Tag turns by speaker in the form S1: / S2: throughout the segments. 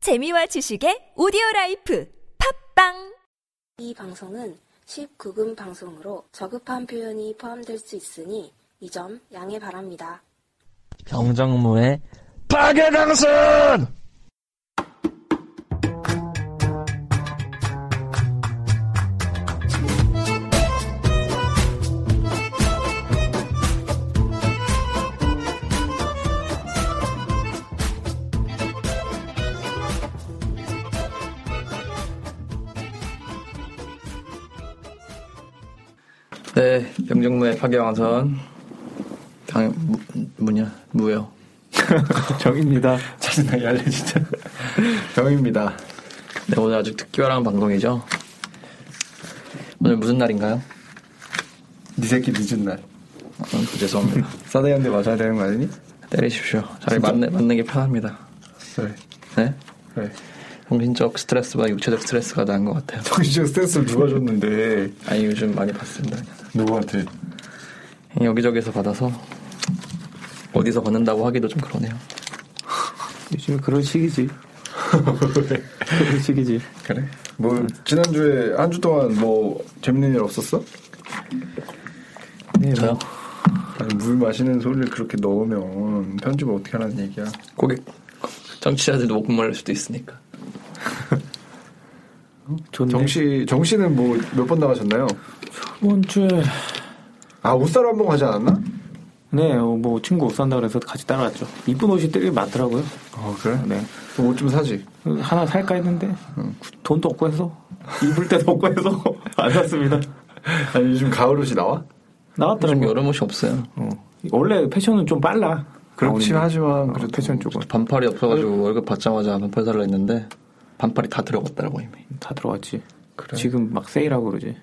S1: 재미와 지식의 오디오 라이프 팝빵
S2: 이 방송은 19금 방송으로 저급한 표현이 포함될 수 있으니 이 점 양해 바랍니다.
S3: 경정무의 파괴 당선! 네, 경정무의 파괴 당선. 당 무, 뭐냐 무요.
S4: 정입니다.
S3: 짜증나게 할래 진짜.
S4: 정입니다.
S3: 네, 오늘 아주 특별한 방송이죠. 오늘 무슨 날인가요?
S4: 니네 새끼 늦은 날.
S3: 아, 죄송합니다.
S4: 사대현대 맞아야 되는 거 아니니?
S3: 때리십시오. 차라리
S4: 진짜?
S3: 맞는, 맞는 게 편합니다.
S4: 그래.
S3: 네?
S4: 그래.
S3: 정신적 스트레스보다 육체적 스트레스가 나은 것 같아요.
S4: 정신적 스트레스를 누가 줬는데.
S3: 아니 요즘 많이 받습니다.
S4: 누구한테?
S3: 여기저기서 받아서 어디서 받는다고 하기도 좀 그러네요.
S5: 요즘 그런 시기지. 그런 시기지.
S4: 그래? 뭐, 지난주에 한 주 동안 뭐, 재밌는 일 없었어?
S5: 네,
S3: 저요?
S4: 아니, 물 마시는 소리를 그렇게 넣으면 편집을 어떻게 하라는 얘기야.
S3: 고객 정치자들도 못 말릴 수도 있으니까.
S5: 좋네.
S4: 정씨, 정씨는 뭐, 몇 번 나가셨나요?
S5: 저번 주에
S4: 아, 옷사러 한 번 가지 않았나?
S5: 네, 어, 뭐 친구 옷 산다 그래서 같이 따라갔죠. 이쁜 옷이 되게 많더라고요.
S4: 어, 그래?
S5: 네.
S4: 옷 좀 사지.
S5: 하나 살까 했는데 음, 돈도 없고 해서 입을 때도 없고 해서 안 샀습니다.
S4: 아니, 요즘 가을 옷이 나와?
S3: 요즘
S5: 나왔더라고요.
S3: 여름 옷이 없어요.
S5: 어. 원래 패션은 좀 빨라.
S4: 그렇긴 하지만, 어, 그래도.
S5: 패션 쪽은
S3: 반팔이 없어가지고 월급 받자마자 반팔 살라 했는데 반팔이 다 들어갔더라고 이미.
S5: 다 들어갔지. 지금 막 세일하고 그러지.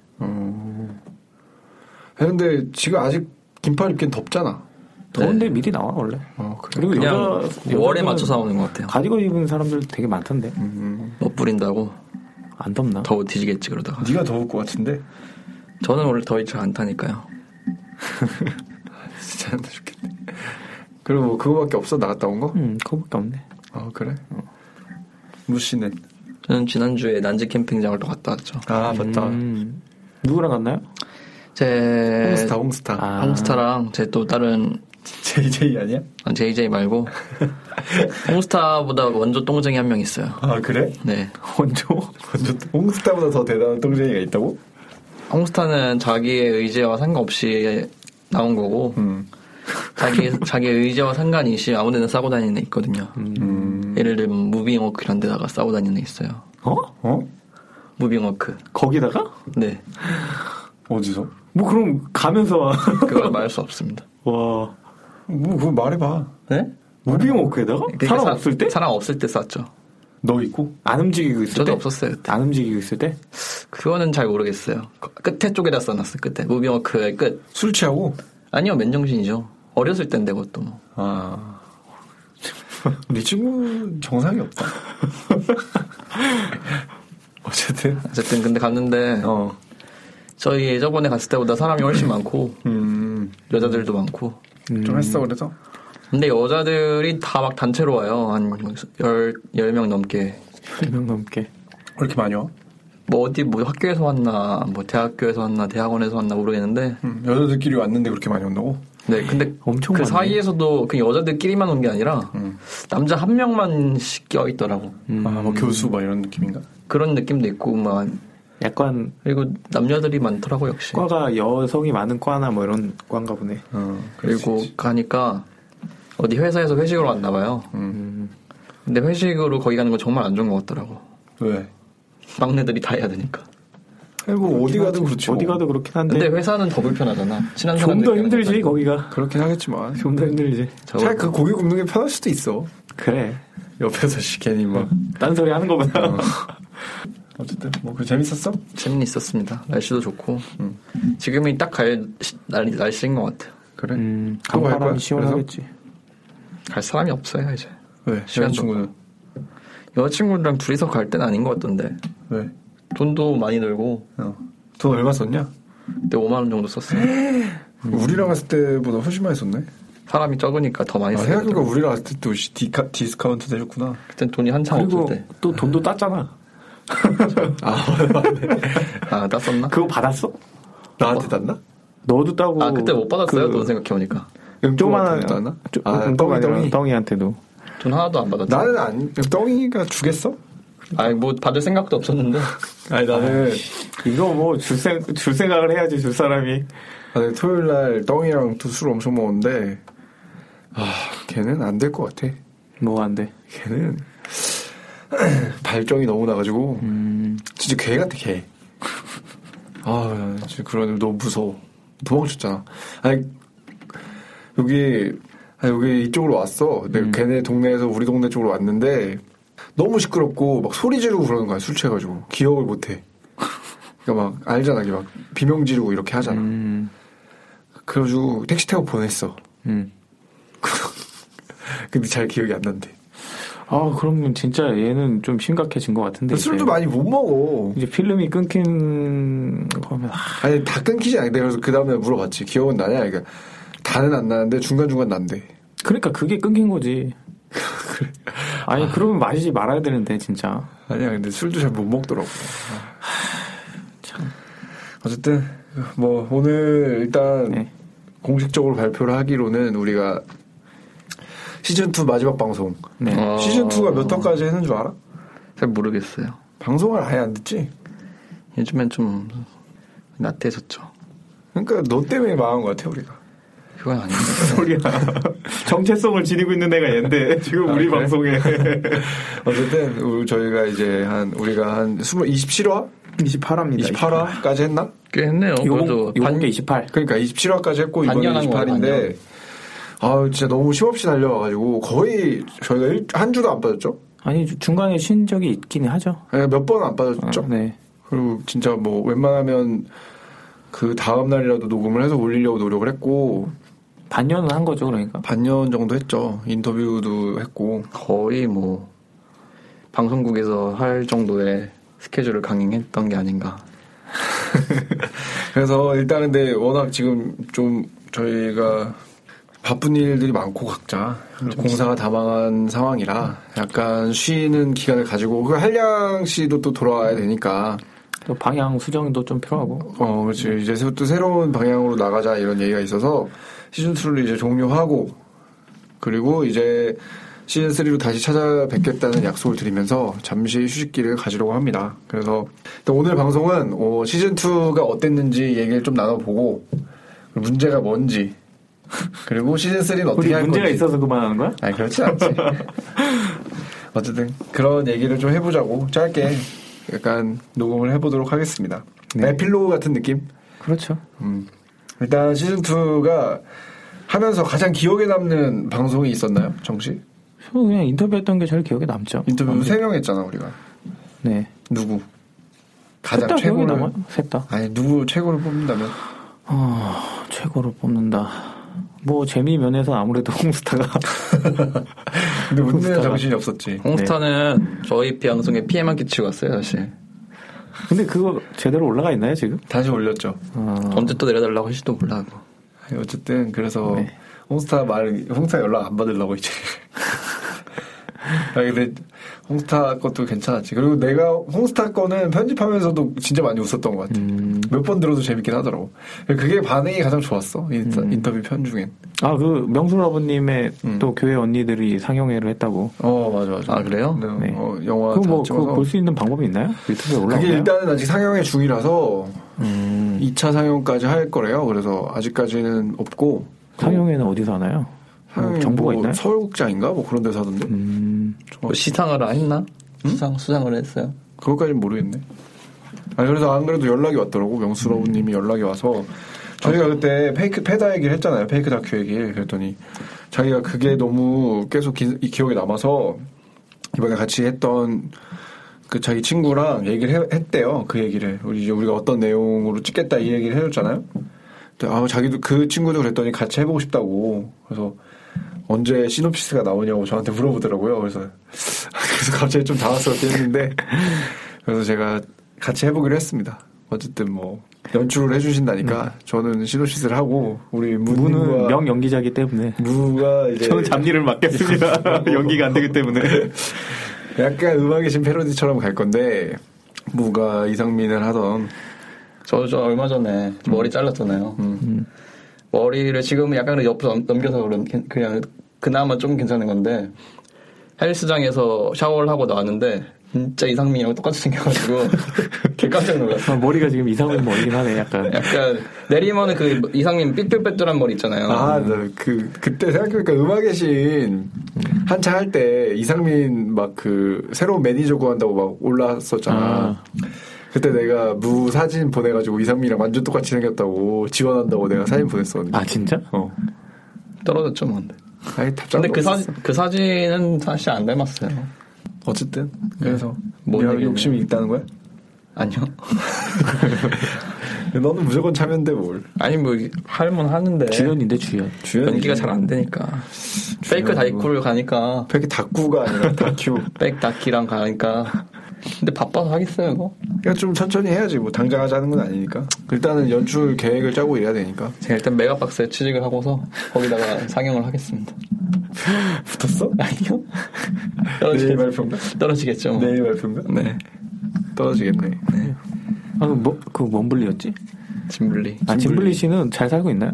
S4: 근데 지금 아직 긴팔 입긴 덥잖아.
S5: 더운데 미리 나와 원래.
S4: 어, 그래.
S5: 그리고
S3: 그냥
S5: 여자
S3: 월에
S5: 여자들은
S3: 맞춰서 나오는 것 같아요.
S5: 가디건 입은 사람들 되게 많던데.
S3: 못 부린다고
S5: 안 덥나?
S3: 더워 뒤지겠지 그러다가.
S4: 네가 더울 것 같은데?
S3: 저는 원래 더위 잘 안 타니까요.
S4: 진짜 안 좋겠네. 그리고 뭐 그거밖에 없어 나갔다 온 거?
S5: 음, 그거밖에 없네.
S4: 아 그래? 무시네.
S3: 저는 지난주에 난지 캠핑장을 또 갔다 왔죠.
S4: 아 맞다.
S5: 음. 누구랑 갔나요?
S3: 제
S4: 네. 홍스타 홍스타.
S5: 아.
S3: 홍스타랑 제 또 다른
S4: JJ 아니야?
S3: 아, JJ 말고 홍스타보다 먼저 똥쟁이 한 명 있어요.
S4: 아 그래?
S3: 네.
S5: 원조?
S4: 완전 홍스타보다 더 대단한 똥쟁이가 있다고?
S3: 홍스타는 자기의 의지와 상관없이 나온 거고
S4: 음.
S3: 자기 자기의 의지와 상관이 없이 아무데나 싸고 다니는 애 있거든요.
S5: 음.
S3: 예를 들면 무빙워크 이런 데다가 싸고 다니는 애 있어요.
S5: 어?
S4: 어?
S3: 무빙워크.
S5: 거기다가?
S3: 네.
S4: 어디서?
S5: 뭐 그럼 가면서 와.
S3: 그걸 말할 수 없습니다.
S5: 와.
S4: 뭐 그거 말해봐.
S3: 네?
S5: 무빙워크에다가? 사람
S3: 그러니까 사-
S5: 없을 때?
S3: 사람 없을 때 쌌죠.
S4: 너 있고?
S5: 안 움직이고 있을
S3: 저도
S5: 때?
S3: 없었어요 그때. 네.
S5: 안 움직이고 있을 때?
S3: 그거는 잘 모르겠어요. 그- 끝에 쪽에다 써놨어 끝에 무빙워크의 끝.
S4: 술 취하고?
S3: 아니요 맨정신이죠. 어렸을 땐데 그것도 뭐.
S4: 아. 네 친구 정상이 없다. 어쨌든
S3: 어쨌든 근데 갔는데
S4: 어.
S3: 저희 저번에 갔을 때보다 사람이 훨씬 많고
S4: 음.
S3: 여자들도 많고
S4: 좀 했어 그래서?
S3: 근데 여자들이 다 막 단체로 와요. 한 10, 명 넘게.
S5: 1명 넘게.
S4: 왜 이렇게 많이 와?
S3: 뭐 어디 뭐 학교에서 왔나, 뭐 대학교에서 왔나, 대학원에서 왔나 모르겠는데.
S4: 음, 여자들끼리 왔는데 그렇게 많이 온다고?
S3: 네, 근데
S5: 엄청
S3: 그
S5: 많네. 음.
S3: 사이에서도 그 여자들끼리만 온 게 아니라 남자 한 명만씩 껴 있더라고.
S4: 아, 뭐 교수 막 이런 느낌인가?
S3: 그런 느낌도 있고 막
S5: 약간
S3: 그리고 남녀들이 많더라고 역시.
S5: 과가 여성이 많은 과나 뭐 이런 과인가 보네.
S4: 어, 그럴 수
S3: 그리고
S4: 있지.
S3: 가니까 어디 회사에서 회식으로 왔나 봐요. 음.
S4: 음.
S3: 근데 회식으로 거기 가는 거 정말 안 좋은 것 같더라고.
S4: 왜?
S3: 막내들이 다 해야 되니까.
S4: 그리고 어디 가도 그렇지.
S5: 어디
S4: 뭐.
S5: 가도 그렇긴
S3: 근데
S5: 한데
S3: 회사는 더 불편하잖아. 친한
S5: 좀 더
S3: 사람들끼리
S5: 힘들지
S3: 하는 거니까.
S5: 거기가.
S4: 그렇긴 하겠지만.
S5: 좀 더 힘들지.
S3: 저-
S4: 차라리 그 고기 굽는 게 편할 수도 있어.
S5: 그래.
S4: 옆에서 씨 괜히 막.
S5: 딴 소리 하는 거보다.
S4: 네.
S3: 어.
S4: 어쨌든 뭐 그 재밌었어?
S3: 재미있었습니다. 날씨도 좋고 음. 지금이 딱 갈 날이 날씨인 것 같아요.
S4: 그래.
S5: 음,
S4: 그거 갈 거야?
S5: 강바람이 시원하겠지.
S3: 갈 사람이 없어요 이제.
S4: 왜?
S3: 시간도
S4: 네, 여자친구는
S3: 여자친구랑 둘이서 갈 때는 아닌 것 같던데
S4: 왜?
S3: 돈도 많이 들고
S4: 네. 어. 돈 얼마 썼냐?
S3: 그때 5만 원 정도 썼어요.
S4: 우리랑 갔을 때보다 훨씬 많이 썼네.
S6: 사람이 적으니까 더 많이
S4: 아,
S6: 쓰게
S4: 생각해보니까
S6: 되더라고요.
S4: 우리랑 왔을 때또 디카, 디스카운트 되셨구나.
S6: 그땐 돈이 한창
S5: 그리고
S6: 없을 때.
S5: 또
S3: 네.
S5: 돈도 땄잖아.
S6: 아, 아, 땄었나?
S5: 그거 받았어?
S4: 나한테 땄나?
S5: 너도 따고.
S6: 아, 그때 못 받았어요?
S5: 그
S6: 돈 생각해보니까.
S5: 조그만한
S4: 응, 땄나?
S5: 쪼-
S4: 아,
S5: 응,
S4: 덩이,
S5: 덩이,
S4: 덩이.
S5: 덩이한테도.
S6: 돈 하나도 안 받았죠.
S4: 나는 안, 덩이가 주겠어?
S6: 아니, 뭐, 받을 생각도 없었는데.
S4: 아니, 나는,
S5: 이거 뭐 줄 생각 줄 생각을 해야지 줄 사람이.
S4: 아, 나는 토요일 날 덩이랑 또 술 엄청 먹었는데, 아, 걔는 안 될 것 같아.
S5: 뭐 안 돼.
S4: 걔는, 발정이 너무 나가지고,
S5: 음.
S4: 진짜 개 같아, 개. 아, 나 진짜 그러니 너무 무서워. 도망쳤잖아. 아니, 여기, 아 여기 이쪽으로 왔어. 내가
S5: 음.
S4: 걔네 동네에서 우리 동네 쪽으로 왔는데, 너무 시끄럽고, 막 소리 지르고 그러는 거야, 술 취해가지고. 기억을 못 해. 그러니까 막, 알잖아, 이게 막, 비명 지르고 이렇게 하잖아.
S5: 음.
S4: 그래가지고, 택시 타고 보냈어.
S5: 음.
S4: 근데 잘 기억이 안 난대.
S5: 아, 그러면 진짜 얘는 좀 심각해진 것 같은데.
S4: 그 술도
S5: 이제.
S4: 많이 못 먹어.
S5: 이제 필름이 끊긴 거면 아,
S4: 아니 다 끊기지 않는데 그래서 그 다음날 물어봤지 기억은 나냐 그러니까 다는 안 나는데 중간 중간 난대
S5: 그러니까 그게 끊긴 거지. 아니 그러면 마시지 말아야 되는데 진짜.
S4: 아니야 근데 술도 잘 못 먹더라고 어쨌든 뭐 오늘 일단
S5: 네.
S4: 공식적으로 발표를 하기로는 우리가 시즌 2 마지막 방송
S5: 네.
S6: 어.
S4: 시즌 2가 몇 화까지 했는 줄 알아?
S6: 잘 모르겠어요.
S4: 방송을 아예 안 듣지?
S6: 요즘엔 좀, 나태해졌죠.
S4: 그러니까 너 때문에 망한 것 같아 우리가
S6: 그건 아닌데.
S5: 소리야. 정체성을 지니고 있는 애가 얘인데 지금 우리 방송에
S4: 어쨌든 우리 저희가 이제 한 우리가 한 20, 27화?
S5: 28화입니다.
S4: 그러니까 28화까지 했나?
S6: 꽤 했네요.
S5: 요번
S6: 그래도
S5: 요번 게
S6: 반-
S5: 28.
S4: 그러니까 27화까지 했고 이번에
S6: 반년 한 거예요,
S4: 28인데 아 진짜 너무 쉼없이 달려와가지고 거의 저희가 일- 한 주도 안 빠졌죠? 예,
S5: 아니 주- 중간에 쉰 적이 있긴 하죠.
S4: 몇 번 안
S5: 아,
S4: 빠졌죠?
S5: 네.
S4: 그리고 진짜 뭐 웬만하면 그 다음 날이라도 녹음을 해서 올리려고 노력을 했고
S5: 반년은 한 거죠 그러니까.
S4: 반년 정도 했죠 인터뷰도 했고
S6: 거의 뭐, 방송국에서 할 정도의 스케줄을 강행했던 게 아닌가.
S4: 그래서 일단 근데 워낙 지금 좀 저희가 바쁜 일들이 많고 각자 공사가 다 망한 상황이라 약간 쉬는 기간을 가지고 그 한량 씨도 또 돌아와야 되니까
S5: 또 방향 수정도 좀 필요하고.
S4: 어 그렇지 이제 새- 또 새로운 방향으로 나가자 이런 얘기가 있어서 시즌 2를 이제 종료하고 그리고 이제 시즌 3로 다시 찾아뵙겠다는 약속을 드리면서 잠시 휴식기를 가지려고 합니다. 그래서 일단 오늘 방송은 어, 시즌 2가 어땠는지 얘기를 좀 나눠보고 문제가 뭔지 그리고 시즌 3는 어떻게
S5: 우리
S4: 할
S5: 문제가
S4: 건지
S5: 있어서 그만하는 거야?
S4: 아니 그렇지 않지. 어쨌든 그런 얘기를 좀 해보자고 짧게 약간 녹음을 해보도록 하겠습니다. 에필로그 같은 느낌.
S5: 네. 그렇죠.
S4: 음. 일단 시즌 2가 하면서 가장 기억에 남는 방송이 있었나요, 정씨?
S5: 저는 그냥 인터뷰했던 게 제일 기억에 남죠.
S4: 인터뷰 세 명 했잖아 우리가.
S5: 네.
S4: 누구? 가장
S5: 셋다 기억에
S4: 최고를
S5: 남아요. 셋다.
S4: 아니 누구 최고를 뽑는다면?
S5: 아, 최고로 뽑는다. 뭐 재미 면에서 아무래도 홍스타가
S4: 근데 웃는
S5: 봅시다.
S4: 정신이 없었지.
S6: 홍스타는 저희 방송에 피해만 끼치고 왔어요, 사실.
S5: 근데 그거 제대로 올라가 있나요 지금?
S4: 다시 올렸죠.
S5: 아,
S6: 언제 또 내려달라고 할지도 몰라고.
S4: 아니, 어쨌든 그래서
S5: 네.
S4: 홍스타 말 홍스타 연락 안 받으려고 이제. 아니 근데 홍스타 것도 괜찮았지. 그리고 내가 홍스타 거는 편집하면서도 진짜 많이 웃었던 것 같아.
S5: 음.
S4: 몇 번 들어도 재밌긴 하더라고. 그게 반응이 가장 좋았어. 인스타-
S5: 음.
S4: 인터뷰 편 중엔.
S5: 아그 명수 아버님의
S4: 음.
S5: 또 교회 언니들이 상영회를 했다고.
S4: 어 맞아 맞아.
S6: 아, 그래요?
S5: 네.
S4: 어, 영화
S5: 그거 뭐
S4: 다
S5: 그거
S4: 찍어서.
S5: 볼 수 있는 방법이 있나요? 유튜브에
S4: 그게
S5: 올라오나요?
S4: 일단은 아직 상영의 중이라서
S5: 음.
S4: 2차 상영까지 할 거래요. 그래서 아직까지는 없고
S5: 상영회는 어디서 하나요?
S4: 상영이
S5: 음, 정보가
S4: 뭐
S5: 있나요?
S4: 서울국장인가 뭐 그런 데서 하던데.
S5: 음,
S6: 뭐 시상을 했나? 수상, 수상을 했어요.
S4: 그것까지는 모르겠네. 아니 그래서 안 그래도 연락이 왔더라고 명수라우님이 연락이 와서 저희가 그때 페이크 페다 얘기를 했잖아요 페이크 다큐 얘기를 그랬더니 자기가 그게 너무 계속 기, 이 기억에 남아서 이번에 같이 했던 그 자기 친구랑 얘기를 해- 했대요 그 얘기를 우리 이제 우리가 어떤 내용으로 찍겠다 이 얘기를 해줬잖아요. 근데 아 자기도 그 친구도 그랬더니 같이 해보고 싶다고 그래서 언제 시놉시스가 나오냐고 저한테 물어보더라고요. 그래서 그래서 갑자기 좀 당황스럽게 했는데 그래서 제가 같이 해보기로 했습니다. 어쨌든 뭐 연출을 해주신다니까 저는 시노시스를 하고 우리
S5: 음. 무는
S4: 무는
S5: 명 연기자기 때문에
S4: 무가 이제
S5: 저는 잡일을 맡겠습니다. 연기가 안 되기 때문에.
S4: 약간 음악의 신 패러디처럼 갈 건데 무가 이상민을 하던
S3: 저, 저 얼마 전에 머리 잘랐잖아요. 음. 머리를 지금 약간 옆으로 넘- 넘겨서 그런 게- 그냥 그나마 좀 괜찮은 건데 헬스장에서 샤워를 하고 나왔는데 진짜 이상민이랑 똑같이 생겨가지고 개 깜짝 놀랐어.
S5: 아, 머리가 지금 이상한 머리긴 하네, 약간.
S3: 약간 내리면은 그 이상민 삐뚤빼뚤한 머리 있잖아요. 네.
S4: 아그 그때 생각해보니까 음악의 신 한창 할 때 이상민 막 그 새로운 매니저 구한다고 막 올라왔었잖아
S5: 아.
S4: 그때 내가 무 사진 보내가지고 이상민이랑 완전 똑같이 생겼다고 지원한다고 내가 사진 보냈었는데
S5: 아, 진짜?
S4: 어
S3: 떨어졌죠, 뭐. 근데.
S4: 아니 답장
S3: 근데 그, 사, 그 사진은 사실 안 닮았어요.
S4: 어쨌든
S3: 네.
S4: 그래서
S3: 못
S4: 내가
S3: 이기겠네요.
S4: 욕심이 있다는 거야?
S3: 아니요.
S4: 너는 무조건 참여인데 뭘
S6: 아니 뭐 할면 하는데
S5: 주연인데, 주연.
S6: 연기가 잘 안 되니까
S3: 페이크 다이쿠를 가니까
S4: 백이 다꾸가 아니라 다큐
S3: 백 다키랑 가니까 근데 바빠서 하겠어요, 이거?
S4: 그러니까 좀 천천히 해야지 뭐 당장 하자는 건 아니니까 일단은 연출 계획을 짜고 이래야 되니까
S3: 제가 일단 메가박스에 취직을 하고서 거기다가 상영을 하겠습니다.
S4: 붙었어?
S3: 아니요?
S4: 내일
S3: 떨어지겠,
S4: 발표인가?
S3: 떨어지겠죠. 뭐.
S4: 내일 발표인가?
S3: 네.
S4: 떨어지겠네
S5: 아, 그 뭐, 그 뭔블리였지?
S3: 짐블리.
S5: 아, 짐블리 씨는 잘 살고 있나요?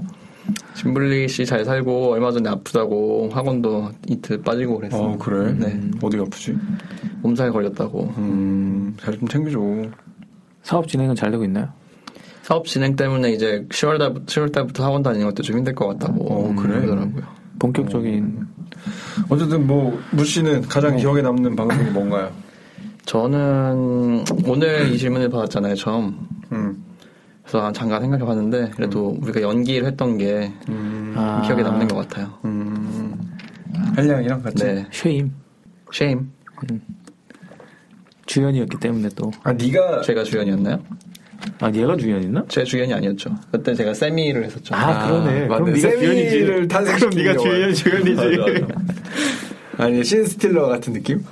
S3: 짐블리 씨 잘 살고 얼마 전에 아프다고 학원도 이틀 빠지고 그랬어요.
S4: 어 그래?
S3: 네.
S4: 어디가 아프지?
S3: 몸살 걸렸다고.
S4: 음잘 좀 챙겨줘
S5: 사업 진행은 잘 되고 있나요?
S3: 사업 진행 때문에 이제 10월 달 10월 달부터 학원 다니는 것도 좀 힘들 것 같다고
S4: 어, 그래?
S3: 그러더라고요.
S5: 본격적인
S4: 어쨌든 뭐 무씨는 가장 기억에 남는 방송이 뭔가요?
S3: 저는 오늘 이 질문을 받았잖아요, 처음.
S4: 음.
S3: 그래서 아, 잠깐 생각해 봤는데 그래도 우리가 연기를 했던 게
S5: 아.
S3: 기억에 남는 것 같아요.
S4: 음. 한량이랑 같이?
S3: 네.
S5: 쉐임.
S3: 쉐임.
S5: 주연이었기 때문에 또.
S4: 아 네가
S3: 제가 주연이었나요?
S5: 아, 얘가 주연이나?
S3: 제 주연이 아니었죠. 그때 제가 세미를 했었죠.
S5: 아, 그러네.
S4: 아,
S5: 그럼
S4: 맞네.
S5: 네가
S4: 세미를
S5: 주연이지.
S4: 탄생시킨
S5: 그럼 네가
S4: 경우야.
S5: 주연, 주연이지.
S4: 아니 신스틸러 같은 느낌?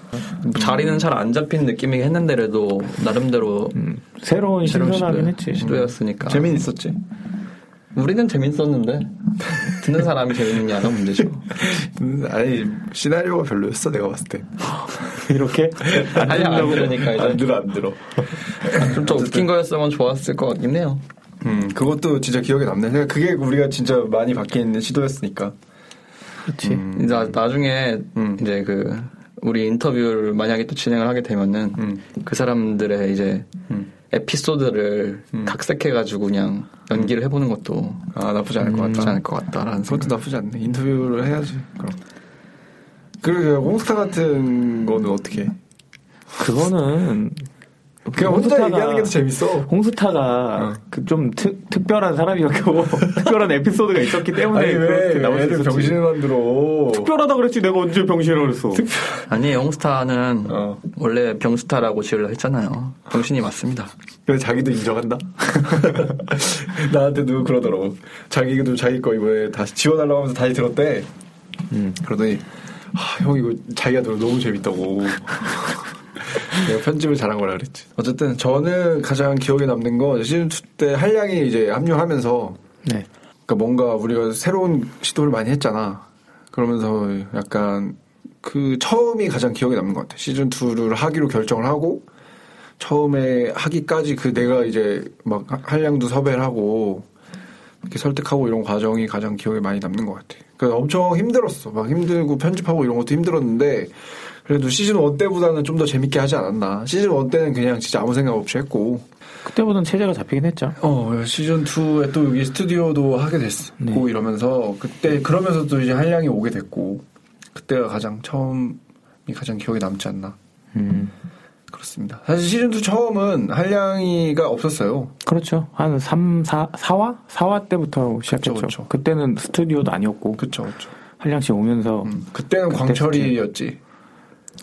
S3: 자리는 잘 안 잡힌 느낌이긴 했는데 그래도 나름대로
S5: 새로운
S3: 새로운
S5: 음, 신선하긴
S3: 시도-
S5: 했지. 음.
S4: 그러니까.
S3: 시도였으니까.
S4: 재미있었지?
S3: 우리는 재밌었는데 듣는 사람이 재밌느냐가 문제죠.
S4: 음, 아니 시나리오가 별로였어 내가 봤을 때.
S5: 이렇게
S3: 아니 안 들으니까
S4: 안
S3: 이제
S4: 들어 그러니까 안 들어.
S3: 좀더 웃긴 거였으면 좋았을 것 같긴 해요.
S4: 음 그것도 진짜 기억에 남네. 그러니까 그게 우리가 진짜 많이 바뀐 시도였으니까.
S5: 그렇지.
S3: 이제 나- 나중에
S4: 음.
S3: 이제 그 우리 인터뷰를 만약에 또 진행을 하게 되면은
S4: 음.
S3: 그 사람들의 이제
S4: 음.
S3: 에피소드를 각색해가지고 그냥 연기를
S4: 음.
S3: 해보는 것도
S4: 아 나쁘지 않을 것 같다.
S3: 나쁘지 않을 것 같다라는 생각.
S4: 그것도 나쁘지 않네. 인터뷰를 해야지. 그럼. 그리고 홍스타 같은 거는 어떻게? 해?
S5: 그거는
S4: 그냥 혼자 얘기하는 게 더 재밌어.
S5: 홍스타가 그 좀 특별한 사람이었고 특별한 에피소드가 있었기 때문에
S4: 아니 왜
S5: 그렇게 나올 수
S4: 애를
S5: 있었지.
S4: 병신을 만들어?
S5: 특별하다 그랬지 내가 언제 병신이라고 그랬어
S3: 아니 영스타는
S4: 어.
S3: 원래 병스타라고 지으려 했잖아요. 병신이 맞습니다.
S4: 근데 자기도 인정한다. 나한테도 그러더라고. 자기도 자기 거 이번에 다시 지원하려고 하면서 다시 들었대. 음, 그러더니 아, 형 이거 자기가 들어 너무 재밌다고. 내가 편집을 잘한 거라 그랬지. 어쨌든 저는 가장 기억에 남는 건 시즌 2때 한량이 이제 합류하면서
S5: 네
S4: 그러니까 뭔가 우리가 새로운 시도를 많이 했잖아. 그러면서 약간 그 처음이 가장 기억에 남는 것 같아. 시즌 2를 하기로 결정을 하고 처음에 하기까지 그 내가 이제 막 한량도 섭외를 하고 이렇게 설득하고 이런 과정이 가장 기억에 많이 남는 것 같아. 그러니까 엄청 힘들었어. 막 힘들고 편집하고 이런 것도 힘들었는데 그래도 시즌 1 때보다는 좀 더 재밌게 하지 않았나. 시즌 1 때는 그냥 진짜 아무 생각 없이 했고
S5: 그때보다는 체제가 잡히긴 했죠
S4: 어 시즌 2에 또 여기 스튜디오도 하게 됐고
S5: 네.
S4: 이러면서 그때 그러면서 또 이제 한량이 오게 됐고 그때가 가장 처음이 가장 기억에 남지 않나
S5: 음
S4: 그렇습니다. 사실 시즌 2 처음은 한량이가 없었어요.
S5: 그렇죠 한 3, 4, 4화? 4화 때부터
S4: 그쵸.
S5: 시작했죠 그때는 스튜디오도 아니었고
S4: 그쵸 그쵸.
S5: 한량씨 오면서
S4: 음, 그때는
S5: 그때
S4: 광철이였지.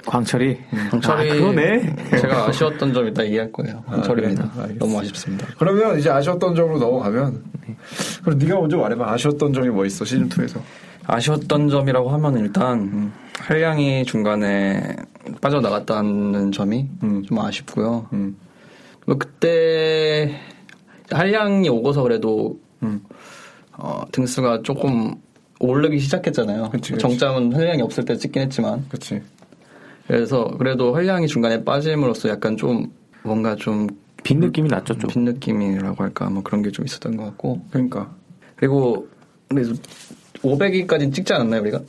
S5: 광철이
S3: 광철이
S5: 아, 그러네
S3: 제가 아쉬웠던 점 이따 얘기할 거예요.
S4: 네,
S3: 광철입니다.
S4: 알겠습니다.
S3: 너무 아쉽습니다.
S4: 그러면 이제 아쉬웠던 점으로 넘어가면 그럼 네가 먼저 말해봐. 아쉬웠던 점이 뭐 있어 시즌 2에서?
S5: 음.
S3: 아쉬웠던 점이라고 하면 일단 음, 한량이 중간에 빠져나갔다는 점이
S4: 음.
S3: 좀 아쉽고요.
S4: 음.
S3: 뭐 그때 한량이 오고서 그래도
S4: 음.
S3: 어, 등수가 조금 오르기 시작했잖아요.
S4: 그치, 그치.
S3: 정점은 한량이 없을 때 찍긴 했지만
S4: 그치.
S3: 그래서 그래도 한량이 중간에 빠짐으로써 약간 좀 뭔가 좀 빈
S5: 빈
S4: 음.
S5: 느낌이 났죠 좀.
S3: 느낌이라고 할까 뭐 그런 게 좀 있었던 것 같고
S4: 그러니까.
S3: 그리고 그래서 500위까지는 찍지 않았나요 우리가?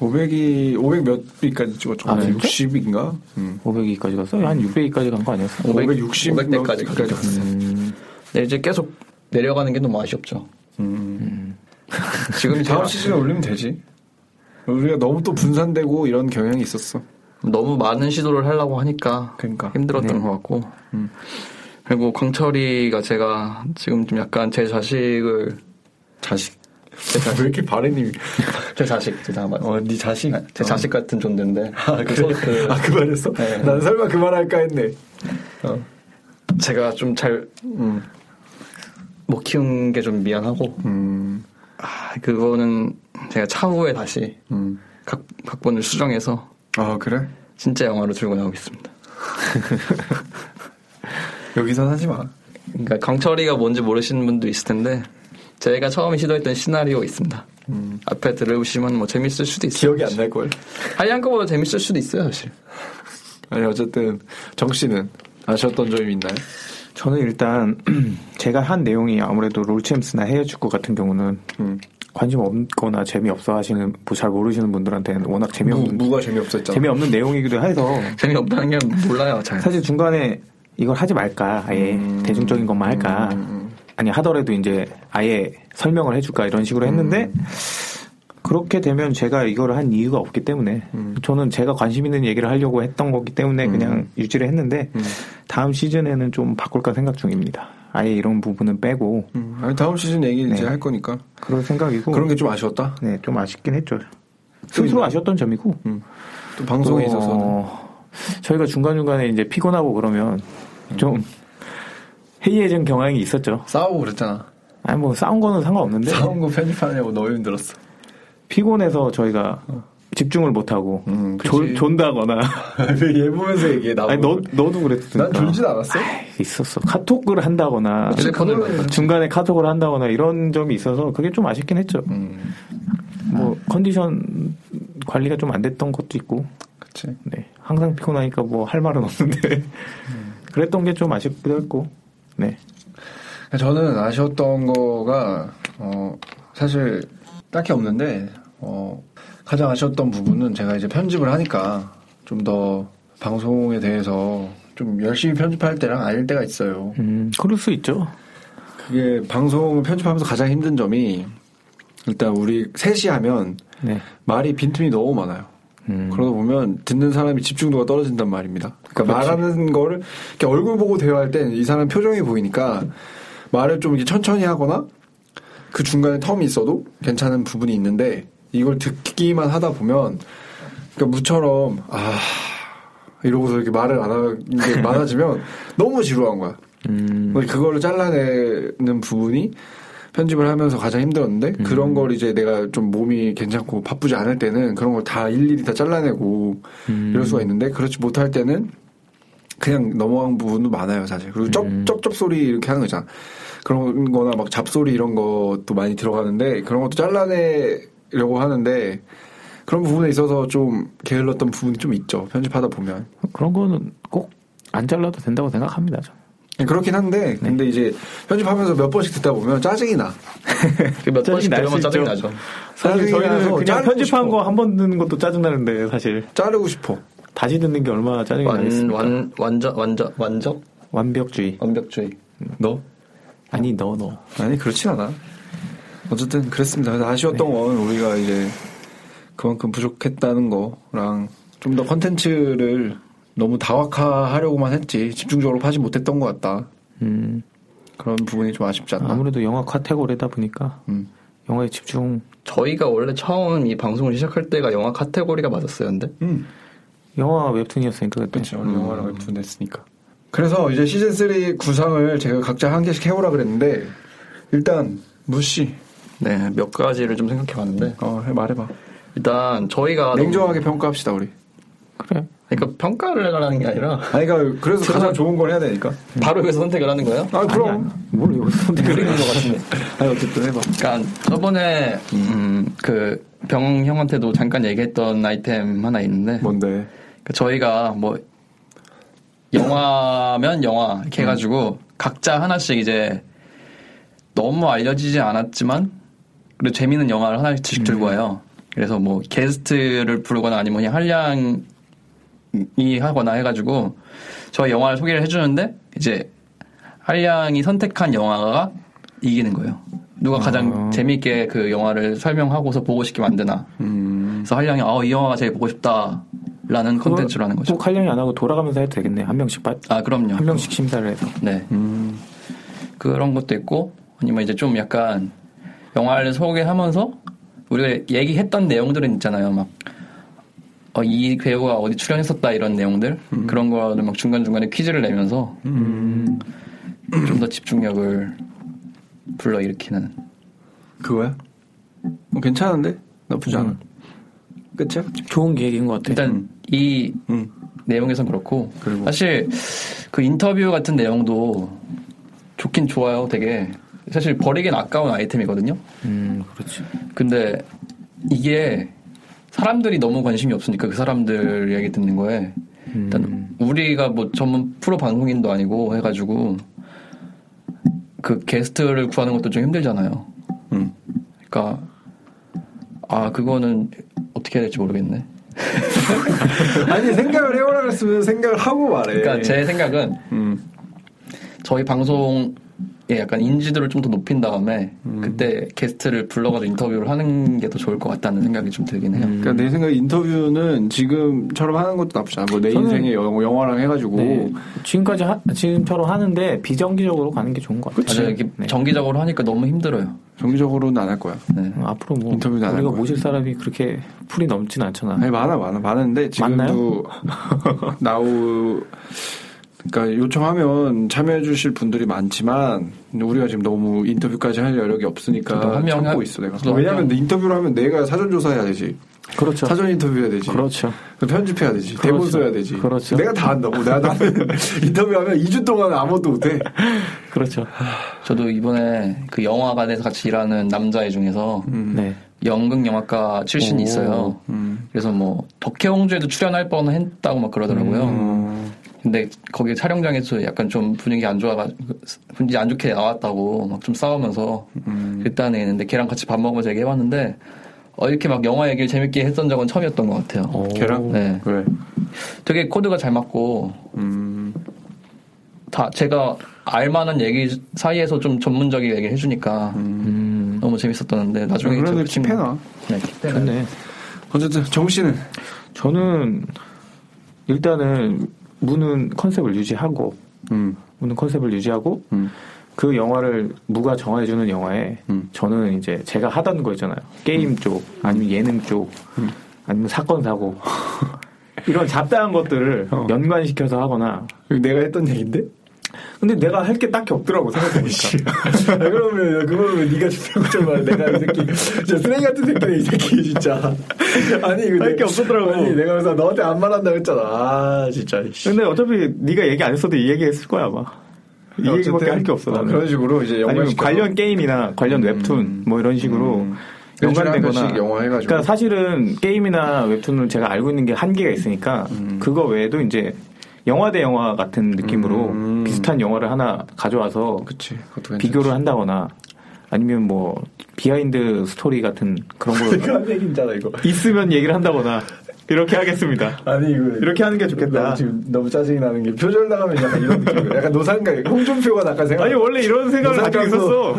S4: 500이, 500몇 위까지 찍었죠.
S5: 아, 진짜?
S4: 60인가? 음.
S5: 500위까지 갔어요? 한 600위까지 간 거 아니었어?
S4: 560
S3: 500대까지
S4: 뭐 몇 음.
S3: 갔어요. 근데 이제 계속 내려가는 게 너무 아쉽죠. 지금
S4: 다음 시즌에 올리면 되지. 우리가 너무 또 분산되고 이런 경향이 있었어.
S3: 너무 많은 시도를 하려고 하니까
S4: 그러니까.
S3: 힘들었던 것 같고 음. 그리고 광철이가 제가 지금 좀 약간 제 자식을
S4: 자식. 왜 이렇게 바래님이.
S3: 제 자식 죄송합니다
S4: 어, 네 자식.
S3: 제 자식 같은 존재인데
S4: 아, 그래?
S3: 그래서 그
S4: 아, 그 말했어?
S3: 네.
S4: 난 설마 그 말 할까 했네. 아.
S3: 제가 좀 잘 못
S4: 음.
S3: 키운 게 좀 미안하고
S4: 음.
S3: 아, 그거는 제가 차후에 다시
S4: 음.
S3: 각, 각본을 수정해서
S4: 아, 그래?
S3: 진짜 영화로 들고 나오겠습니다
S4: 여기서 하지 마.
S3: 그러니까 강철이가 뭔지 모르시는 분도 있을 텐데 제가 처음에 시도했던 시나리오 있습니다. 음, 앞에 들으시면 뭐 재밌을 수도 있어요.
S4: 기억이 안 날걸.
S3: 하얀 거보다 재밌을 수도 있어요, 사실.
S4: 아니, 어쨌든, 정 씨는 아셨던 점이 있나요?
S5: 저는 일단 제가 한 내용이 아무래도 롤챔스나 해외축구 같은 경우는
S4: 음.
S5: 관심 없거나 재미없어 하시는 뭐 잘 모르시는 분들한테는 워낙 재미없는
S4: 음, 무, 가 재미없었잖아.
S5: 재미없는 내용이기도 해서
S3: 재미없다는 게 몰라요, 잘.
S5: 사실 중간에 이걸 하지 말까 아예
S4: 음.
S5: 대중적인 것만 할까 아니 하더라도 이제 아예 설명을 해줄까 이런 식으로 했는데
S4: 음.
S5: 그렇게 되면 제가 이걸 한 이유가 없기 때문에
S4: 음.
S5: 저는 제가 관심 있는 얘기를 하려고 했던 거기 때문에 그냥 유지를 했는데 다음 시즌에는 좀 바꿀까 생각 중입니다 아예 이런 부분은 빼고
S4: 음, 아니, 다음 시즌 얘기 이제 할 거니까.
S5: 그럴 생각이고
S4: 그런 게 그러니까. 좀 아쉬웠다.
S5: 네, 좀 아쉽긴 했죠. 스스로 아쉬웠던 점이고
S4: 또 방송에
S5: 또,
S4: 있어서는.
S5: 어, 저희가 중간 중간에 이제 피곤하고 그러면 좀 해이해진 경향이 있었죠.
S4: 싸우고 그랬잖아.
S5: 아니 뭐 싸운 거는 상관없는데
S4: 싸운 거 편집하느냐고 너무 힘들었어.
S5: 피곤해서 저희가 집중을 못 하고
S4: 음, 그치.
S5: 졸- 존다거나
S4: 왜얘 보면서 얘기해, 나보고. 그러니까.
S5: 아니 너 너도 그랬으니까
S4: 난 졸진 않았어?
S5: 있었어 카톡을 한다거나
S3: 휴대폰을
S4: 그거는-
S3: 만들었죠.
S5: 중간에 카톡을 한다거나 이런 점이 있어서 그게 좀 아쉽긴 했죠.
S4: 음,
S5: 뭐 컨디션 관리가 좀 안 됐던 것도 있고
S4: 그치.
S5: 네. 항상 피곤하니까 뭐 할 말은 없는데
S4: 음.
S5: 그랬던 게 좀 아쉽기도 했고 네.
S4: 저는 아쉬웠던 거가 어, 사실 딱히 없는데 어, 가장 아쉬웠던 부분은 제가 이제 편집을 하니까 좀 더 방송에 대해서 좀 열심히 편집할 때랑 아닐 때가 있어요.
S5: 음, 그럴 수 있죠.
S4: 그게 방송을 편집하면서 가장 힘든 점이 일단 우리 셋이 하면
S5: 네.
S4: 말이 빈틈이 너무 많아요.
S5: 음.
S4: 그러다 보면 듣는 사람이 집중도가 떨어진단 말입니다. 그러니까
S5: 그렇지.
S4: 말하는 거를 이렇게 얼굴 보고 대화할 땐 이 사람 표정이 보이니까 말을 좀 이렇게 천천히 하거나 그 중간에 텀이 있어도 괜찮은 부분이 있는데 이걸 듣기만 하다 보면 그러니까 무처럼 아 이러고서 이렇게 말을 안 하는 게 많아지면 너무 지루한 거야.
S5: 음,
S4: 근데 그거를 잘라내는 부분이 편집을 하면서 가장 힘들었는데 그런 걸 이제 내가 좀 몸이 괜찮고 바쁘지 않을 때는 그런 걸 다 일일이 다 잘라내고 이럴 수가 있는데 그렇지 못할 때는 그냥 넘어간 부분도 많아요 사실 그리고 쩝쩝쩝 소리 이렇게 하는 거 있잖아 그런 거나 막 잡소리 이런 것도 많이 들어가는데 그런 것도 잘라내려고 하는데 그런 부분에 있어서 좀 게을렀던 부분이 좀 있죠 편집하다 보면
S5: 그런 거는 꼭 안 잘라도 된다고 생각합니다. 저는.
S4: 네, 그렇긴 한데 근데
S5: 네.
S4: 이제 편집하면서 몇 번씩 듣다 보면 짜증이 나
S3: 몇
S5: 짜증이
S3: 번씩
S5: 날
S3: 들으면
S5: 수
S3: 짜증이
S5: 있죠.
S3: 나죠.
S5: 사실
S4: 짜증이
S5: 저희는
S4: 나서
S5: 그냥
S4: 자르고
S5: 편집한
S4: 싶어.
S5: 거 한 번 듣는 것도 짜증나는데 사실
S4: 자르고 싶어
S5: 다시 듣는 게 얼마나 짜증이
S3: 완,
S5: 나겠습니까?
S3: 완, 완전, 완전, 완전?
S5: 완벽주의.
S3: 완벽주의.
S4: 너?
S5: 아니 너 너.
S4: 아니 그렇진 않아 어쨌든 그랬습니다 그래서
S5: 네.
S4: 아쉬웠던 건 우리가 이제 그만큼 부족했다는 거랑 좀 더 컨텐츠를 너무 다각화하려고만 했지 집중적으로 파지 못했던 것 같다
S5: 음,
S4: 그런 부분이 좀 아쉽지 않나
S5: 아무래도 영화 카테고리다 보니까
S4: 음.
S5: 영화에 집중.
S3: 저희가 원래 처음 이 방송을 시작할 때가 영화 카테고리가 맞았어요, 근데?
S4: 음.
S5: 영화 웹툰이었으니까 그때. 음.
S4: 그렇죠. 영화랑 웹툰 냈으니까. 그래서 이제 시즌 3 구상을 제가 각자 한 개씩 해오라 그랬는데 일단 무씨
S3: 네, 몇 가지를 좀 생각해 봤는데.
S4: 어 해, 말해봐.
S3: 일단 저희가. 너무-
S4: 냉정하게 평가합시다 우리.
S5: 그래.
S3: 그러니까 평가를 하라는 게 아니라
S4: 아니 그러니까 그래서 가장 좋은 걸 해야 되니까.
S3: 바로 여기서 선택을 하는 거예요?
S4: 아 그럼.
S5: 뭘 이거 선택을
S3: 그리는 것 같은데.
S4: 아니 어쨌든 해봐.
S3: 그러니까 저번에 음, 그 병 형한테도 잠깐 얘기했던 아이템 하나 있는데
S5: 뭐?
S4: 뭔데?
S3: 그러니까 저희가 뭐 영화면 영화 이렇게 해가지고 각자 하나씩 이제 너무 알려지지 않았지만 그래도 재밌는 영화를 하나씩 들고 와요. 그래서 뭐 게스트를 부르거나 아니면 그냥 한량이 하거나 해가지고 저희 영화를 소개를 해주는데 이제 한량이 선택한 영화가 이기는 거예요. 누가 가장 재미있게 그 영화를 설명하고서 보고 싶게 만드나. 그래서 한량이 아이 영화가 제일 보고 싶다라는 컨텐츠라는 거죠.
S5: 꼭 한량이 안 하고 돌아가면서 해도 되겠네. 한 명씩 받,
S3: 아 그럼요.
S5: 한 명씩 심사를 해서.
S3: 네. 그런 것도 있고, 아니면 이제 좀 약간 영화를 소개하면서 우리가 얘기했던 내용들은 있잖아요. 막, 어, 이 배우가 어디 출연했었다 이런 내용들.
S4: 음.
S3: 그런 거를 막 중간중간에 퀴즈를 내면서 좀 더 집중력을 불러일으키는.
S4: 네. 그거야? 어, 괜찮은데? 나쁘지 않아. 끝이야?
S5: 좋은 계획인 것 같아.
S3: 일단 이
S4: 음.
S3: 내용에선 그렇고
S4: 그리고.
S3: 사실 그 인터뷰 같은 내용도 좋긴 좋아요 되게 사실 버리긴 아까운 아이템이거든요
S5: 음, 그렇지.
S3: 근데 이게 사람들이 너무 관심이 없으니까 그 사람들 이야기 듣는 거에 일단 우리가 뭐 전문 프로 방송인도 아니고 해가지고 그 게스트를 구하는 것도 좀 힘들잖아요.
S4: 음.
S3: 그러니까 아 그거는 어떻게 해야 될지 모르겠네.
S4: 아니 생각을 해보라 그랬으면 생각을 하고 말해.
S3: 그러니까 제 생각은
S4: 음.
S3: 저희 방송의 약간 인지도를 좀 더 높인 다음에 그때 게스트를 불러가지고 인터뷰를 하는 게 더 좋을 것 같다는 생각이 좀 들긴 해요.
S4: 그러니까 내 생각에 인터뷰는 지금처럼 하는 것도 나쁘지 않아. 뭐내
S5: 저는-
S4: 인생의 영, 영화랑 해가지고
S5: 네. 지금까지 하, 지금처럼 하는데 비정기적으로 가는 게 좋은 것 네. 같아.
S3: 맞아요. 이게 정기적으로는 하니까 너무 힘들어요.
S4: 정기적으로는 안 할 거야.
S3: 네.
S5: 앞으로 뭐
S4: 인터뷰도 안할
S5: 우리가
S4: 거야.
S5: 모실 사람이 그렇게 풀이 넘진 않잖아.
S4: 아니 많아 많아 많은데 지금도 나우 그러니까 요청하면 참여해주실 분들이 많지만 우리가 지금 너무 인터뷰까지 할 여력이
S3: 저도
S4: 없으니까
S3: 한 명,
S4: 참고
S3: 한-
S4: 있어 내가
S3: 저도 한
S4: 왜냐하면
S3: 명.
S4: 인터뷰를 하면 내가 사전 조사해야 되지
S5: 그렇죠.
S4: 사전 인터뷰해야 되지
S5: 그렇죠.
S4: 그 편집해야 되지.
S5: 그렇죠.
S4: 대본 써야 되지.
S5: 그렇죠.
S4: 내가 다 한다고. 내가 다 인터뷰하면 2주 동안 아무것도 못해.
S5: 그렇죠.
S3: 저도 이번에 그 영화관에서 같이 일하는 남자애 중에서
S4: 음.
S5: 네.
S3: 연극 영화과 출신이
S5: 오.
S3: 있어요. 그래서 뭐 덕혜옹주에도 출연할 뻔했다고 막 그러더라고요.
S4: 음.
S3: 근데 거기 촬영장에서 약간 좀 분위기 안 좋아가 분위기 안 좋게 나왔다고 막 좀 싸우면서 그딴에 있는데 걔랑 같이 밥 먹으면서 얘기해봤는데 어, 이렇게 막 영화 얘기를 재밌게 했던 적은 처음이었던 것 같아요.
S5: 오.
S4: 걔랑?
S3: 네.
S4: 그래.
S3: 되게 코드가 잘 맞고
S4: 음.
S3: 다 제가 알만한 얘기 사이에서 좀 전문적인 얘기 해주니까
S5: 음,
S3: 너무 재밌었다는데 나중에
S4: 그래도
S3: 저 친구-
S4: 킵해놔.
S3: 네, 킵해놔.
S5: 좋네.
S4: 어쨌든 정우 씨는
S5: 저는 일단은 무는 컨셉을 유지하고
S4: 음.
S5: 무는 컨셉을 유지하고
S4: 음.
S5: 그 영화를 무가 정해주는 영화에
S4: 음.
S5: 저는 이제 제가 하던 거 있잖아요. 게임 쪽, 아니면 예능 쪽,
S4: 음.
S5: 아니면 사건 사고 이런 잡다한 것들을
S4: 어.
S5: 연관시켜서 하거나.
S4: 이거 내가 했던 얘기인데?
S5: 근데 내가 할 게 딱히 없더라고 생각해보니까.
S4: 아, 그러면 그걸 왜 네가 준비하고 좀 말해. 내가 이 새끼 진짜 쓰레기 같은 새끼네 이 새끼 진짜. 아니 이거
S5: 할게 없었더라고.
S4: 아니 내가 그래서 너한테 안 말한다고 했잖아. 아 진짜. 씨.
S5: 근데 어차피 네가 얘기 안 했어도 이 얘기했을 거야 아마. 이 얘기밖에
S4: 어쨌든
S5: 할 게 없어.
S4: 어,
S5: 나는.
S4: 그런 식으로 이제
S5: 아니면
S4: 연관시켜서.
S5: 관련 게임이나 관련 웹툰 뭐 이런 식으로
S4: 음. 일주일에 한
S5: 연관되거나
S4: 편씩 영화 해가지고.
S5: 그러니까 사실은 게임이나 웹툰을 제가 알고 있는 게 한계가 있으니까
S4: 음.
S5: 그거 외에도 이제 영화 대 영화 같은 느낌으로
S4: 음.
S5: 비슷한 영화를 하나 가져와서
S4: 그치. 그것도 괜찮지.
S5: 비교를 한다거나 아니면 뭐 비하인드 스토리 같은 그런 걸
S4: 내가 한 얘기잖아 이거.
S5: 있으면 얘기를 한다거나 이렇게 하겠습니다.
S4: 아니 이거
S5: 이렇게 하는 게 좋겠다.
S4: 너무 지금 너무 짜증이 나는 게 표절 나가면 약간 이런 느낌이에요. 약간 노상가 홍준표가 약간 생각.
S5: 아니 원래 이런 생각을 가지고 있었어.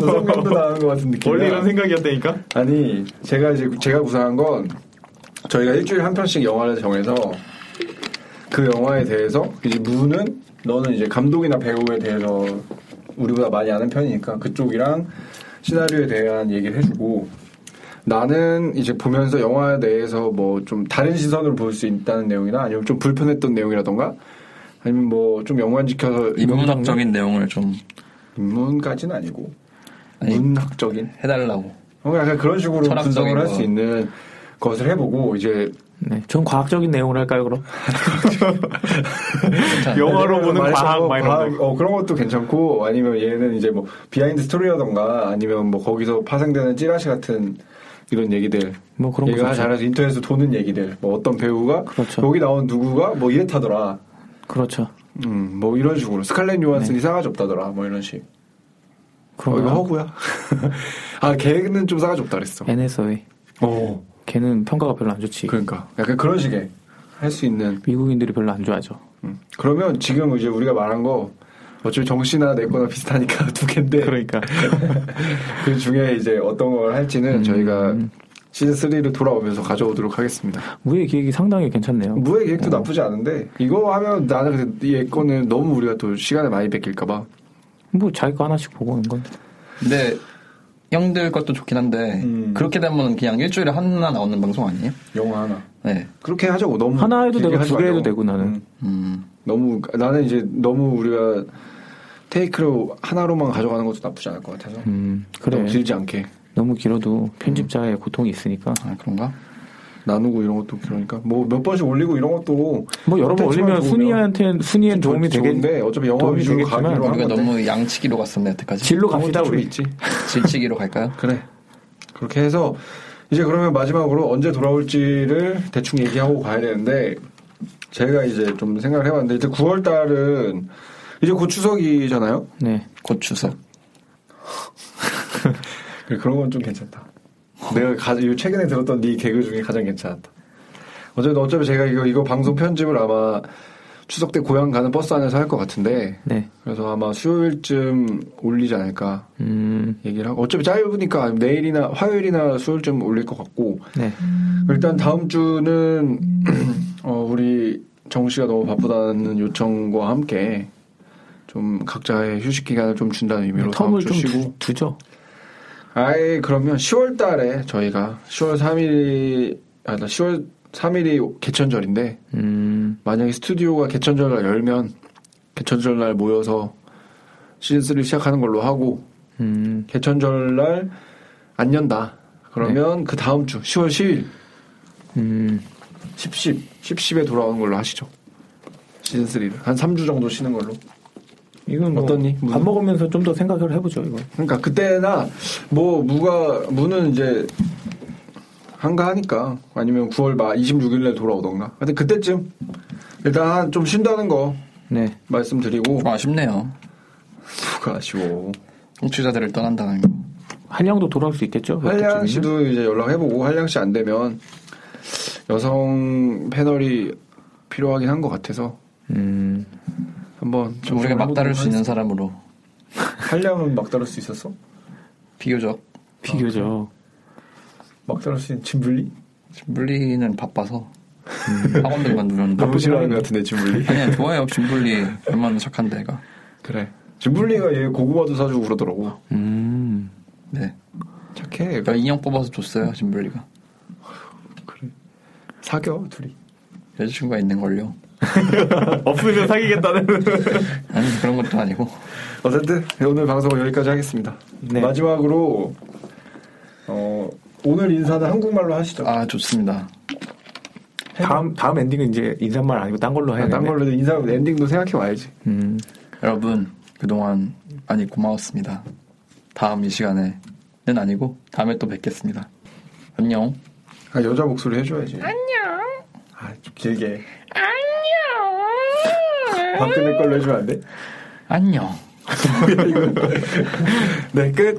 S4: 노상감도 나는 것 같은 느낌.
S5: 원래 이런 생각이었다니까.
S4: 아니 제가 이제 제가 구상한 건 저희가 일주일에 한 편씩 영화를 정해서 그 영화에 대해서 이제 무는 너는 이제 감독이나 배우에 대해서 우리보다 많이 아는 편이니까 그쪽이랑 시나리오에 대한 얘기를 해주고 나는 이제 보면서 영화에 대해서 뭐 좀 다른 시선으로 볼 수 있다는 내용이나 아니면 좀 불편했던 내용이라던가 아니면 뭐 좀 연관 지켜서
S3: 인문학적인 내용을 좀
S4: 인문까지는 아니고
S3: 아니,
S4: 문학적인
S3: 해달라고.
S4: 어, 약간 그런 식으로
S3: 철학적인
S4: 분석을 할
S3: 거.
S4: 수 있는 것을 해보고 이제
S5: 네, 전 과학적인 내용을 할까요 그럼? 영화로 보는
S4: 말해서
S5: 과학 막 이런 거.
S4: 어, 그런 것도 괜찮고 아니면 얘는 이제 뭐 비하인드 스토리라던가 아니면 뭐 거기서 파생되는 찌라시 같은 이런 얘기들
S5: 뭐 그런 거
S4: 얘가
S5: 좋죠.
S4: 잘해서 인터넷에서 도는 얘기들 뭐 어떤 배우가
S5: 그렇죠.
S4: 여기 나온 누구가 뭐 이랬다더라
S5: 그렇죠.
S4: 음, 뭐 이런 식으로 스칼렛 요한슨이 싸가지 없다더라 뭐 이런 식 어, 이거
S5: 네. 그럼 요
S4: 허구야 아 걔는 좀 싸가지 없다 그랬어
S5: 네. NSA
S4: 어
S5: 걔는 평가가 별로 안 좋지.
S4: 그러니까 약간 그런 식의 할 수 있는
S5: 미국인들이 별로 안 좋아하죠.
S4: 음. 그러면 지금 이제 우리가 말한 거 어차피 정씨나 내 거나 비슷하니까 두 개인데
S5: 그러니까
S4: 그 중에 이제 어떤 걸 할지는
S5: 음.
S4: 저희가 시즌 3를 돌아오면서 가져오도록 하겠습니다.
S5: 무의 기획이 상당히 괜찮네요.
S4: 무의 계획도 나쁘지 않은데 이거 하면 나는 근데 얘 거는 너무 우리가 또 시간을 많이 뺏길까봐
S5: 뭐 자기 거 하나씩 보고 오는 건.
S3: 근데
S6: 형들 것도 좋긴 한데
S4: 음.
S6: 그렇게 되면 그냥 일주일에 하나 나오는 방송 아니에요?
S4: 영화 하나
S6: 네.
S4: 그렇게 하자고 너무
S5: 하나 해도
S4: 길게
S5: 되고
S4: 하지
S5: 두 개 해도
S4: 말자고.
S5: 되고 나는.
S4: 음.
S6: 음.
S4: 너무 나는 이제 너무 우리가 테이크로 하나로만 가져가는 것도 나쁘지 않을 것 같아서
S5: 음, 그래.
S4: 너무
S5: 너무,
S4: 길지 않게
S5: 길어도 편집자의 고통이 있으니까.
S6: 아 그런가?
S4: 나누고 이런 것도 그러니까 뭐 몇 번씩 올리고 이런 것도
S5: 뭐 여러 번 올리면 순이한테 순이엔 도움이 되겠
S4: 좋은데 어차피 영화
S5: 도움이
S4: 위주로
S5: 되겠지만
S4: 가기로 한
S6: 우리가
S4: 건데
S6: 너무 양치기로 갔었네 여태까지.
S5: 진로 갑시다
S4: 좀
S5: 우리.
S4: 있지
S6: 질치기로 갈까요?
S4: 그래 그렇게 해서 이제 그러면 마지막으로 언제 돌아올지를 대충 얘기하고 가야 되는데 제가 이제 좀 생각을 해봤는데 일단 9월 달은 이제 곧 추석이잖아요
S5: 네.
S6: 곧 추석.
S4: 그래, 그런 건 좀 괜찮다. 내가 가, 요 최근에 들었던 네 개그 중에 가장 괜찮았다. 어차피, 어차피 제가 이거, 이거 방송 편집을 아마 추석 때 고향 가는 버스 안에서 할 것 같은데,
S5: 네.
S4: 그래서 아마 수요일쯤 올리지 않을까
S5: 음.
S4: 얘기를 하고, 어차피 짧으니까 내일이나 화요일이나 수요일쯤 올릴 것 같고,
S5: 네.
S4: 일단 다음 주는, 어, 우리 정 씨가 너무 바쁘다는 요청과 함께, 좀 각자의 휴식 기간을 좀 준다는 의미로 다음
S5: 네, 텀을
S4: 주
S5: 좀
S4: 쉬고
S5: 두, 두죠.
S4: 아예 그러면 10월 달에 저희가 10월 3일이 아, 나 10월 3일이 개천절인데
S5: 음.
S4: 만약에 스튜디오가 개천절 날 열면 개천절 날 모여서 시즌 3 시작하는 걸로 하고
S5: 음.
S4: 개천절 날 안 연다. 그러면 그 다음 주 10월 10일
S5: 네. 음.
S4: 10 10 10 10에 돌아오는 걸로 하시죠. 시즌 3를 한 3주 정도 쉬는 걸로.
S5: 이건 뭐
S4: 어떠니?
S5: 밥
S4: 무슨-
S5: 먹으면서 좀 더 생각을 해보죠 이거.
S4: 그러니까 그때나 뭐 무가 무는 이제 한가하니까 아니면 9월 말 26일에 돌아오던가. 근데 그때쯤 일단 좀 쉰다는 거
S5: 네.
S4: 말씀드리고
S6: 좀 아쉽네요.
S4: 무가 아쉬워.
S6: 청취자들을 떠난다는 거.
S5: 한양도 돌아올 수 있겠죠.
S4: 한량
S5: 그때쯤이면?
S4: 씨도 이제 연락해보고 한량 씨 안 되면 여성 패널이 필요하긴 한 것 같아서
S5: 음.
S4: 한번
S6: 좀 우리가
S4: 해보도록
S6: 막다를 수
S4: 하겠-
S6: 있는 사람으로
S4: 한량은 막다를 수 있었어?
S6: 비교적
S5: 비교죠.
S4: 막다를 수 있는 진블리?
S6: 진블리는 바빠서 학원들만 누렸는데.
S4: 너무 음. 싫어하는 것 같은데 진블리.
S6: 아니야 좋아요 진블리 얼마나 착한데 얘가.
S4: 그래. 진블리가 얘 고구마도 사주고 그러더라고.
S5: 음.
S6: 네.
S4: 착해.
S6: 그러니까 인형 뽑아서 줬어요 진블리가.
S4: 그래. 사겨 둘이.
S6: 여자친구가 있는 걸요.
S5: 아, 없으면 사귀겠다는.
S6: 아니 그런 것도 아니고.
S4: 어쨌든 오늘 방송은 여기까지 하겠습니다.
S5: 네.
S4: 마지막으로 어, 오늘 인사는 한국말로 하시죠.
S6: 아 좋습니다.
S5: 다음 다음 엔딩은 이제 인사말 아니고 딴 걸로 해야
S4: 아,
S5: 겠네
S4: 딴 걸로 인사 엔딩도 생각해 와야지.
S5: 음.
S6: 여러분 그동안 많이 고마웠습니다. 다음 이 시간에는 아니고 다음에 또 뵙겠습니다. 안녕.
S4: 아, 여자 목소리 해줘야지. 안녕. 아, 좀 길게. 안녕. 박근혜 걸로 해주면 안 돼?
S6: 안녕.
S4: 네, 끝.